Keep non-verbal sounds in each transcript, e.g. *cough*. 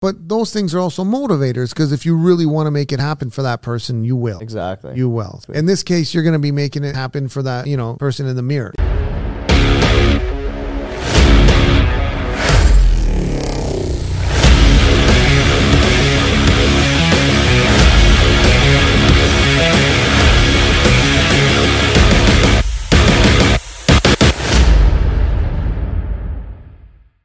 But those things are also motivators because if you really want to make it happen for that person, you will. Exactly. You will. In this case, you're going to be making it happen for that, you know, person in the mirror.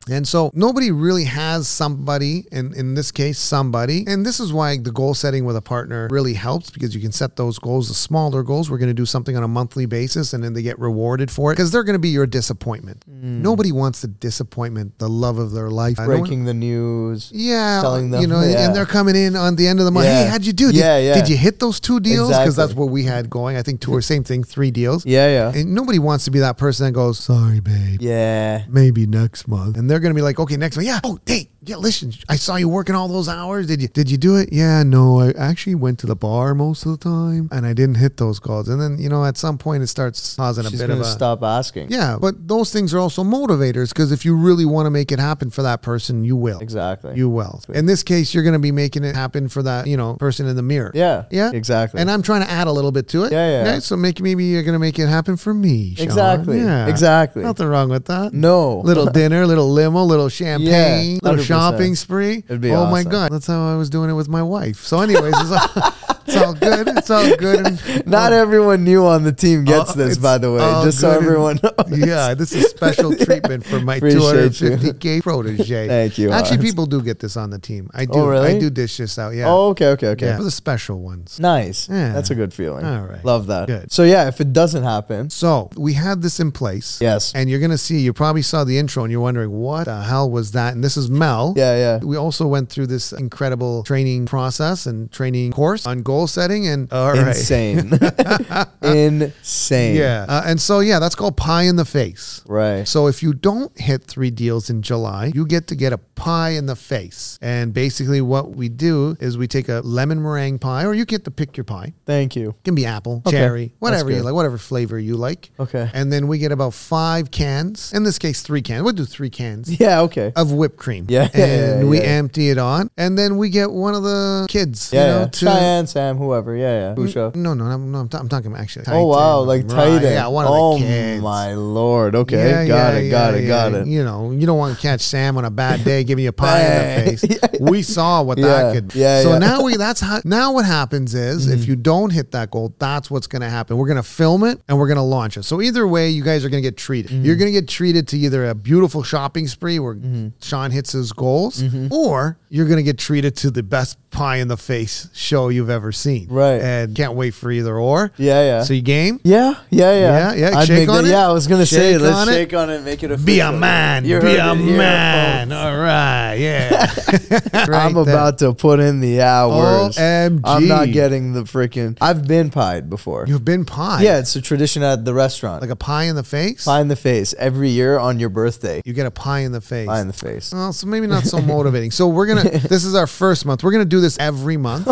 And so nobody really has somebody, and in this case, somebody. And this is why the goal setting with a partner really helps because you can set those goals, the smaller goals. We're going to do something on a monthly basis, and then they get rewarded for it because they're going to be your disappointment. Nobody wants the disappointment, the love of their life. I don't- Mm. Breaking the news. yeah, telling them, you know, yeah. and they're coming in on the end of the month. Yeah. Hey, how'd you do? Did, Yeah, yeah. did you hit those two deals? Because Exactly. that's what we had going. I think two or same thing, three deals. Yeah, yeah. And nobody wants to be that person that goes, "Sorry, babe." Yeah. maybe next month. And they're gonna be like, okay, next month. Yeah. Oh, hey, yeah, listen, I saw you working all those hours. Did you did you do it? Yeah, no, I actually went to the bar most of the time and I didn't hit those goals. And then, you know, at some point it starts causing She's a bit of gonna a stop asking. Yeah, but those things are also motivators because if you really want to make it happen for that person, you will. Exactly. You will. In this case, you're gonna be making it happen for that, you know, person in the mirror. Yeah. Yeah. Exactly. And I'm trying to add a little bit to it. Yeah, yeah. Okay, so make, maybe you're going to make it happen for me. Sean. Exactly. Yeah. Exactly. Nothing wrong with that. no. *laughs* little dinner, little limo, little champagne, Yeah, little 100%. shopping spree. It'd be oh my awesome. god, that's how I was doing it with my wife. So, anyways, it's all, *laughs* it's all good. It's all good. And, *laughs* Not everyone new on the team gets Oh, this, it's by the way. all Just so good and- everyone *laughs* *laughs* knows. yeah, this is special *laughs* treatment for my Appreciate you. 250k protege. Thank you, Actually, Art. people do get this on the team. I do. Oh, really? I do dish this out. Yeah. Oh, okay, okay, okay. yeah. For the special ones. Nice. Yeah. That's a good feeling. All right. Love that. Good. So yeah, if it doesn't happen, So we had this in place. Yes. And you're gonna see. You probably saw the intro, and you're wondering what the hell was that. And this is Mel. yeah, yeah. We also went through this incredible training process and training course on goal setting and all right. *laughs* Insane. Insane. Yeah. Uh, and so yeah, that's called pie in the face. Right. So if you don't hit 3 deals in July, you get to get a pie in the face. And basically what we do is we take a lemon meringue pie or you get to pick your pie. Thank you. It can be apple, Okay. cherry, whatever you good. like, whatever flavor you like. Okay. And then we get about 5 cans. In this case 3 cans. We'll do 3 cans. Yeah, okay. of whipped cream. Yeah, And we yeah. empty it on. And then we get one of the kids, Yeah, you know, yeah. to. Mm, Cheyenne, Sam, whoever. Yeah, yeah. Busha. No, no, I'm, no, I'm, ta- I'm talking about actually. Oh wow, Titan. like Right, tight end. Yeah, one oh of the kids. my lord. Okay, Yeah, got yeah, it, got yeah, it, got yeah. it. You know, you don't want to catch Sam on a bad day giving you a pie *laughs* in the Bang. face. We saw what that Yeah, could. yeah, So yeah. Mm-hmm. now we that's how now what happens is if you don't hit that goal, that's what's going to happen. We're going to film it and we're going to launch it. So either way, you guys are going to get treated. Mm-hmm. You're going to get treated to either a beautiful shopping spree where Mm-hmm. Sean hits his goals, or you're going to get treated to the best pie in the face show you've ever seen. Right. And can't wait for either or. Yeah, yeah. So you game? Yeah, yeah, yeah. Yeah, yeah, I'd shake make on that, it. Yeah, I was gonna say Shake on let's it. shake on it, and make it official. Be a man. You be heard a it here, man. All right. *laughs* Yeah. Right I'm there. about to put in the hours. OMG. I'm not getting the freaking. I've been pied before. You've been pie. yeah, it's a tradition at the restaurant. Like Like a pie in the face. pie in the face every year on your birthday. You get a pie in the face. Pie in the face. Well, so maybe not so motivating. So we're *laughs* gonna. This is our first month. We're gonna do this every month.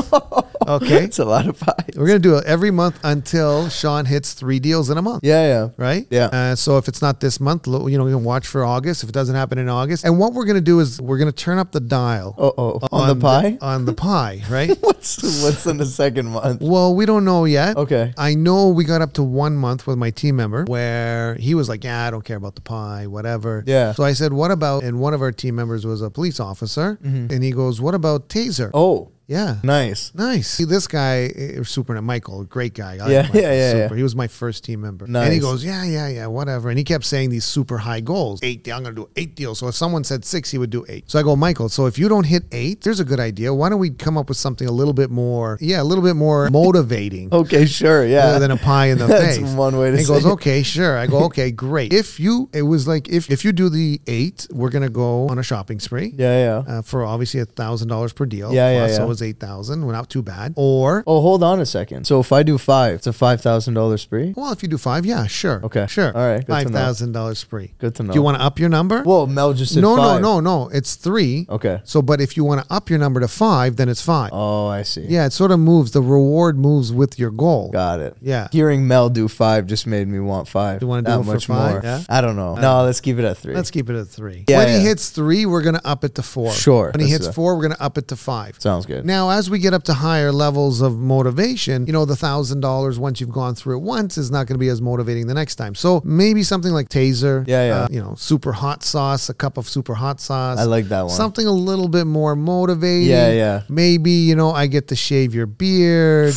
Okay. *laughs* It's a lot of pie. We're gonna do it every month until Sean hits three deals in a month. Yeah, yeah. Right. Yeah. Uh, so if it's not this month, lo- you know, you can watch for August. If it doesn't happen in August, and what we're gonna do is we're gonna turn up the dial Uh oh. On, the pie. *laughs* on the pie. *laughs* Right. what's what's in the second month? Well, we don't know yet. Okay. I know we got up to one month with my team member where he was like, Yeah, I don't care about the pie, whatever. Yeah. So I said, What about? And one of our team members was a police officer. And he goes, What about taser? Mm-hmm. Oh, yeah. nice. Nice. See, this guy, eh, Super Michael, great guy. I like Yeah, Michael, yeah, yeah, Super. yeah. He was my first team member. And he Nice. goes, yeah, yeah, yeah, whatever. And he kept saying these super high goals. Eight, I'm going to do eight deals. So if someone said six, he would do eight. So I go, Michael, so if you don't hit eight, there's a good idea. Why don't we come up with something a little bit more, yeah, a little bit *laughs* more motivating Okay, sure. Oh, Yeah. rather than a pie in the That's face. one way to And he say goes, it. okay, sure. I go, okay, great. If you, it was like, if, if you do the eight, we're going to go on a shopping spree *laughs* yeah, yeah. uh, for obviously a thousand dollars per deal. Yeah, yeah, plus, So yeah. it was 8,000. Well, not too bad. Or, Oh, hold on a second. So if I do five, it's a five thousand dollar spree. well, if you do five, yeah, sure. Okay. Sure. All right, good to know. $5,000 spree. Good to know. Do you want to up your number? Well, Mel just said no, five. no, no, no. It's three. Okay. So, but if you want to up your number to five, then it's five. Oh, I see. Yeah, it sort of moves. The reward moves with your goal. Got it. Yeah. Hearing Mel do five just made me want five. You wanna do that it for much five? more? Yeah? Uh, I don't know. No, let's keep it at 3 Let's keep it at three. Yeah, when yeah. he hits three, we're going to up it to four. Sure, When he that's hits a- four, we're going to up it to five. Sounds good. Now, as we get up to higher levels of motivation, you know, the thousand dollars once you've gone through it once is not going to be as motivating the next time. So maybe something like taser, Yeah, yeah. uh, you know, super hot sauce, a cup of super hot sauce. I like that one. Something a little bit more motivating. Yeah, yeah. Maybe you know, I get to shave your *laughs* beard.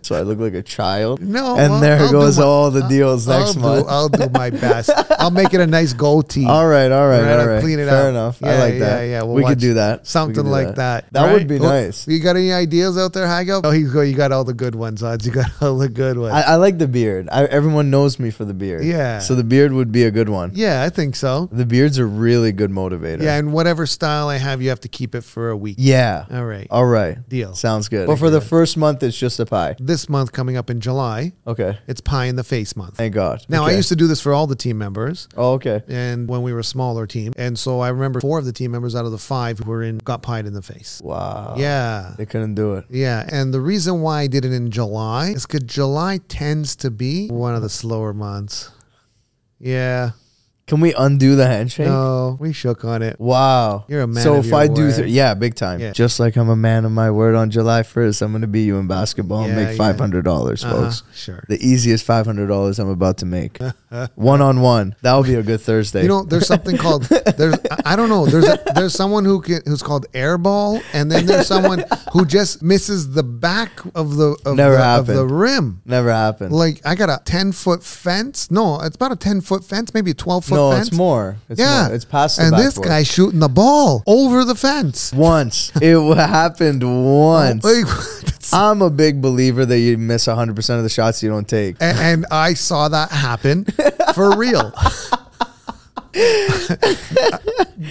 so I look like a child. No, And well, there I'll do goes my- all the deals I'll next do, *laughs* month. I'll do my best. I'll make it a nice *laughs* goatee. all right, all right, all I'll right. Clean it Fair up. enough. I Yeah, like that. Yeah, yeah. We'll we watch could do that. We could Something do like that. That right? would be Well, nice. You got any ideas out there, Hago? Oh, he's go. You got all the good ones, odds. You got *laughs* all the good ones. I, I like the beard. I, everyone knows me for the beard. Yeah. So the beard would be a good one. yeah, I think so. The beard's a really good motivator. Yeah, and whatever style I have, you have to keep it for a week. Yeah. All right. All right. Deal. Sounds good. But for the first month, it's just a pie. This month coming up in July, Okay. it's pie in the face month. Thank God. Now I Okay. used to do this for all the team members. Oh, okay. And when we were a smaller team, and so I remember four of the team members out of the five who were in got pied in the face. Wow. Yeah, They couldn't do it. Yeah, and the reason why I did it in July is because July tends to be one of the slower months. Yeah. Can we undo the handshake? No, we shook on it. Wow. You're a man So of if your I do, word. th- yeah, big time. Yeah. Just like I'm a man of my word on July 1st, I'm going to beat you in basketball Yeah, and yeah. make $500, Uh-huh, folks. sure. The easiest $500 I'm about to *laughs* make. one on one. That'll be a good Thursday. You know, there's something called there's I- I don't know there's a, there's someone who can, who's called airball, and then there's someone who just misses the back of the of, Never the, of the happened. rim. Never happened. Like I got a ten foot fence. No, it's about a ten foot fence, maybe a twelve foot no, fence. it's more. It's yeah, more. It's past the And this backboard. guy shooting the ball over the fence. *laughs* Once. it w- happened once. Like, *laughs* that's- I'm a big believer that you miss 100% of the shots you don't take. and, and I saw that *laughs* happen for real. *laughs*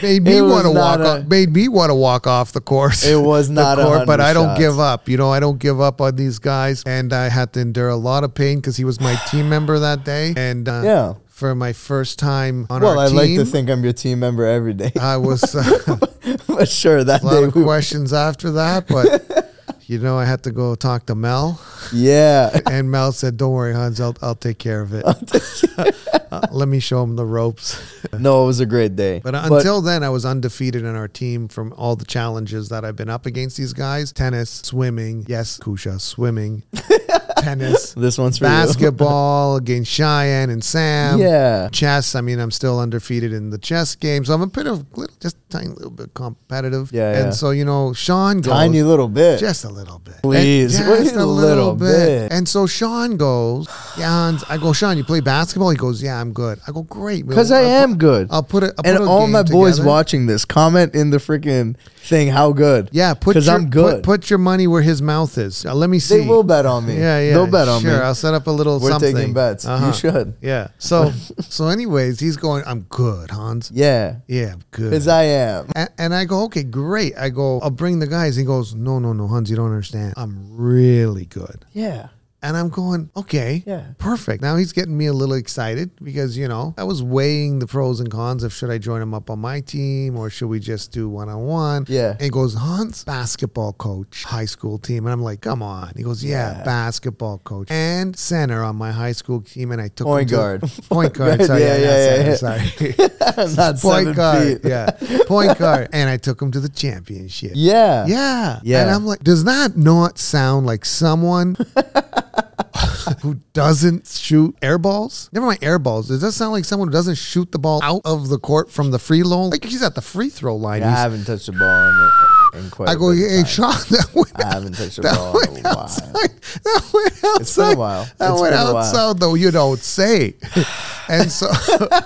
made me It was want to walk. not a- off, made me want to walk off the course. It was the not a court, but hundred I don't shots. give up. You know, I don't give up on these guys, and I had to endure a lot of pain because he was my team member that day, and uh, Yeah. for my first time on Well, our I team, like to think I'm your team member *laughs* every day. *laughs* I was uh, but sure, that a lot day of we questions after that, but you know, I had to go talk to Mel. *laughs* Yeah. And Mel said, "Don't worry, Hans. I'll I'll take care of it. *laughs* Uh, let me show him the ropes." No, it was a great day. But until then, I was undefeated in our team from all the challenges that I've been up against. These guys: tennis, swimming. Yes, Kusha, *laughs* swimming, tennis, this one's for you. basketball against Cheyenne and Sam. Yeah. Chess, I mean, I'm still undefeated in the chess game, so I'm a bit of little, just tiny little bit competitive. Yeah, and yeah. so you know, Sean goes, Tiny little *laughs* bit. just a little bit. Please, And wait a little bit. And so Sean goes, yeah. and I go, Sean, you play basketball? He goes, yeah, I'm good. I go, great. Because I am good. I'll put it. I'll and put a all game my boys together. watching this, comment in the freaking thing how good. Yeah, put Because your, I'm good. Put, put your money where his mouth is. Uh, let me see. they will bet on me. Yeah, yeah. They'll bet on sure, me. I'll set up a little We're something. taking bets. Uh-huh. You should. Yeah. So, *laughs* so anyways, he's going. I'm good, Hans. Yeah. Yeah, I'm good. Because I am. And, and I go, okay, great. I go, I'll bring the guys. He goes, no, no, no, Hans, you don't understand. I'm really good. Yeah. And I'm going, okay, Yeah. perfect. Now he's getting me a little excited because, you know, I was weighing the pros and cons of should I join him up on my team or should we just do one on one? Yeah. And he goes, Hans, basketball coach, high school team. And I'm like, come on. He goes, yeah, Yeah. basketball coach and center on my high school team. And I took him Point to- guard. *laughs* Point guard. Sorry. *laughs* Yeah, Yeah, yeah, yeah, yeah, yeah. Sorry. sorry. *laughs* *laughs* I'm not seven point guard. feet. Yeah. Point guard. And I took him to the championship. Yeah. Yeah. Yeah. And I'm like, does that not sound like someone *laughs* who doesn't shoot air balls? Never mind air balls. Does that sound like someone who doesn't shoot the ball out of the court from the free throw? Like he's at the free throw line. I He's- haven't touched the ball in, in quite I a go, Oh bit of hey, time. Sean, *laughs* that went, I *laughs* haven't touched the that ball went in a while. outside. That went outside. It's been a while. That It's went been a while. *sighs* outside, though. You don't say. And so,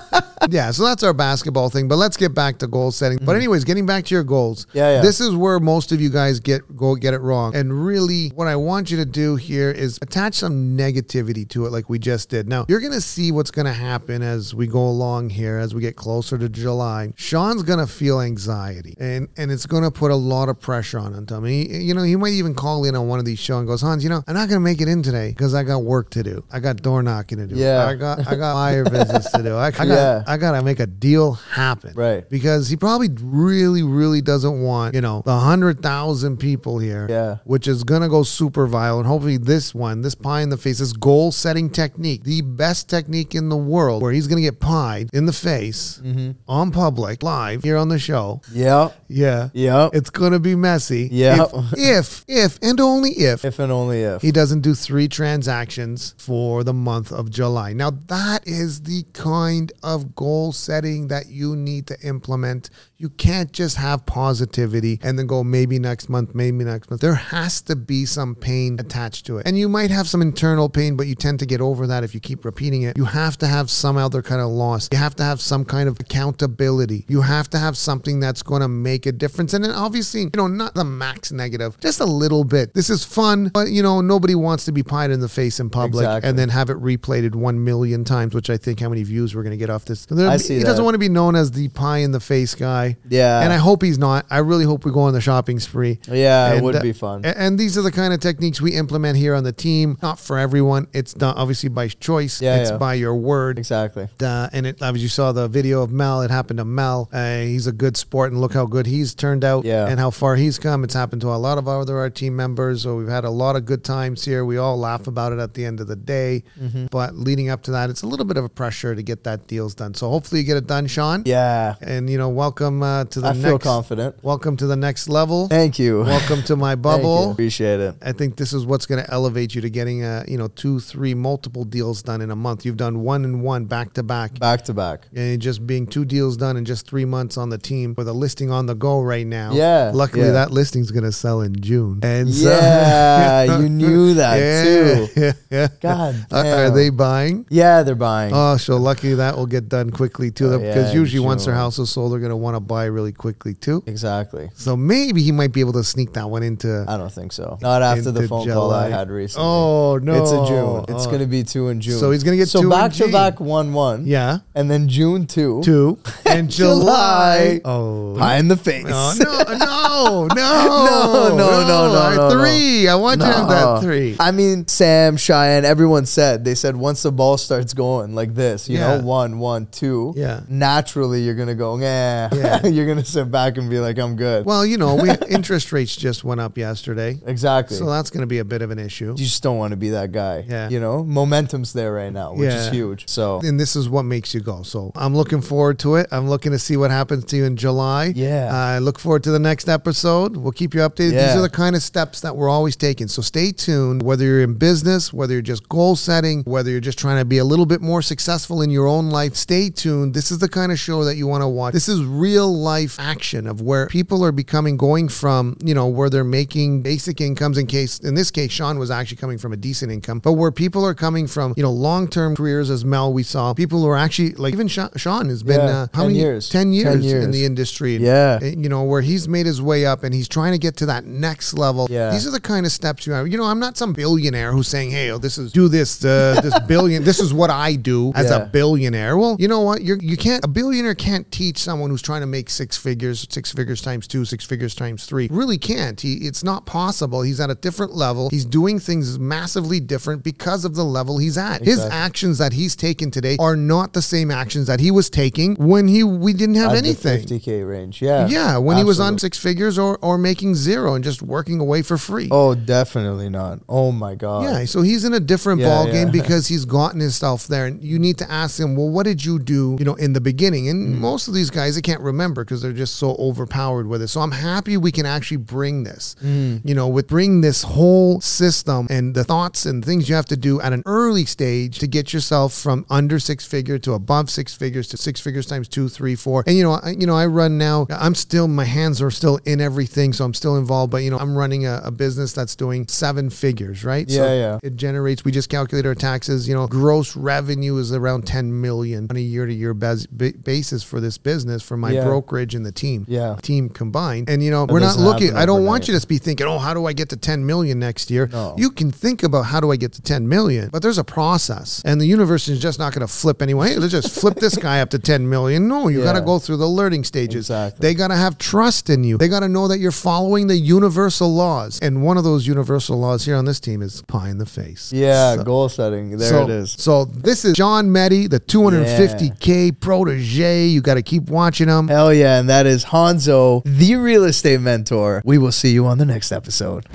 *laughs* yeah, so that's our basketball thing. But let's get back to goal setting. But anyways, getting back to your goals. Mm. Yeah, yeah. This is where most of you guys get go get it wrong. And really, what I want you to do here is attach some negativity to it, like we just did. Now you're gonna see what's gonna happen as we go along here, as we get closer to July. Sean's gonna feel anxiety, and and it's gonna put a lot of pressure on him. I mean, he- you know, he might even call in on one of these shows and goes, Hans, you know, I'm not gonna make it in today because I got work to do. I got door knocking to do. Yeah. I got I got *laughs* fire business to do. I, I got Yeah. I gotta make a deal happen. Right. Because he probably really, really doesn't want, you know, the hundred thousand people here. Yeah. Which is gonna go super viral. And hopefully this one, this pie in the face, this goal setting technique, the best technique in the world, where he's gonna get pied in the face Mm-hmm. on public, live here on the show. Yeah. Yeah. Yeah. It's gonna be messy. Yeah. If, if, if and only if If and only if. he doesn't do three transactions for the month of July. Now, that is the kind of goal setting that you need to implement. You can't just have positivity and then go, maybe next month, maybe next month. There has to be some pain attached to it. And you might have some internal pain, but you tend to get over that if you keep repeating it. You have to have some other kind of loss. You have to have some kind of accountability. You have to have something that's going to make a difference. And then obviously, you know, not the max negative, just a little bit. This is fun, but you know, nobody wants to be pied in the face in public Exactly. and then have it replayed 1 million times, which I think how many views we're going to get off this. There- I see he that. doesn't want to be known as the pie in the face guy. Yeah. And I hope he's not. I really hope we go on the shopping spree. Yeah, it would uh, be fun. a- And these are the kind of techniques we implement here on the team. Not for everyone. It's not obviously by choice. Yeah, it's yeah. by your word. exactly. Uh, and it, as you saw the video of Mel, it happened to Mel. Uh, he's a good sport, and look how good he's turned out Yeah. and how far he's come. It's happened to a lot of other our team members. So we've had a lot of good times here. We all laugh about it at the end of the day. Mm-hmm. But leading up to that, it's a little bit of a pressure to get that deals done. So hopefully you get it done, Sean. Yeah. And you know, welcome uh, to the I next. feel confident. Welcome to the next level. Thank you. welcome to my *laughs* Thank you. bubble. Appreciate it. I think this is what's going to elevate you to getting uh, you know two, three, multiple deals done in a month. You've done one and one back to back Back to back. and just being two deals done in just three months on the team with a listing on the go right now. Yeah, Luckily, yeah. that listing's going to sell in June. And so, *laughs* Yeah, you knew that too. uh, Yeah, yeah. God Uh, *laughs* are damn. they buying? Yeah, they're buying. Oh, so lucky that will get done quickly too. Oh, Because yeah, usually, once their June. house is sold, they're going to want to buy really quickly too. exactly. So maybe he might be able to sneak that one into. I don't think so. Not after the into phone call I July. had recently. Oh no! It's a June. It's Oh. going to be two in June. So he's gonna get so two in back to June. back one one. Oh. yeah. and then June two. *laughs* Two and July. July. Oh Pie in the face. Oh, *laughs* no, no, no, No, no, no, no, I- no, no. Three. I want you to have that No. three. I mean, Sam, Cheyenne, everyone said they said once the ball starts going like this, you Yeah. know, one, one, two. Yeah. Naturally, you're gonna go, nah. Yeah. *laughs* you're gonna sit back and be like, I'm good. Well, you know, we, interest rates just went up *laughs* yesterday, exactly. so that's going to be a bit of an issue. you just don't want to be that guy. Yeah. You know, momentum's there right now, which is Yeah. huge. So And this is what makes you go. So I'm looking forward to it. I'm looking to see what happens to you in July. Yeah. I look forward to the next episode. We'll keep you updated. These Yeah. are the kind of steps that we're always taking. So stay tuned. Whether you're in business, whether you're just goal setting, whether you're just trying to be a little bit more successful in your own life, stay tuned. This is the kind of show that you want to watch. This is real life action of where people are becoming going from, you know, where they're making basic incomes in case in this case Sean was actually coming from a decent income, but where people are coming from, you know, long-term careers as Mel we saw, people who are actually like even Sha- Sean has been Yeah, uh, how 10 many years. 10 years, 10 years. in the industry. And, Yeah. uh, You know, where he's made his way up and he's trying to get to that next level. Yeah. These are the kind of steps you have. You know, I'm not some billionaire who's saying, hey, oh, this is do this, uh, *laughs* this billion, this is what I do as Yeah. a billionaire. Well, you know what? You're, you can't, a billionaire can't teach someone who's trying to make six figures, six figures times two, six figures times three. Really can't. He, it's not possible. He's at a different level. He's doing things massively different because of the level he's at. His Exactly. actions that he's taken today are not the same actions that he was taking when he we didn't have at the anything. 50k range. Yeah. Yeah, when he was on Absolutely. six figures or or making zero and just working away for free. Oh, definitely not. Oh my god. Yeah, so he's in a different Yeah, ball game yeah. because he's gotten himself there. And you need to ask him, well, what did you do, you know, in the beginning? And Mm-hmm. most of these guys, they can't remember because they're just so overpowered with it. So I'm happy we can actually bring this, Mm. you know, with bring this whole system and the thoughts and things you have to do at an early stage to get yourself from under six figure to above six figures to six figures times two, three, four. And you know, I, you know, I run now. I'm still my hands are still in everything, so I'm still involved. But you know, I'm running a, a business that's doing seven figures, right? Yeah, yeah. It generates. We just calculate our taxes. You know, gross revenue is was around 10 million on a year to year basis for this business for my Yeah. brokerage and the team. Yeah. Team combined. And you know, we're not doesn't looking happen I don't want overnight. you to be thinking, "Oh, how do I get to 10 million next year?" No. You can think about how do I get to 10 million, but there's a process. And the universe is just not going to flip anyway. Hey, let's just flip this guy up to 10 million. No, you got to Yeah. go through the learning stages. Exactly. They got to have trust in you. They got to know that you're following the universal laws. And one of those universal laws here on this team is pie in the face. Yeah, goal setting. There so, it is. So this is John Meddy, the 250k protege. You got to keep watching him. Hell yeah, and that is Hanzo, the real estate mentor. We will see you on the next episode.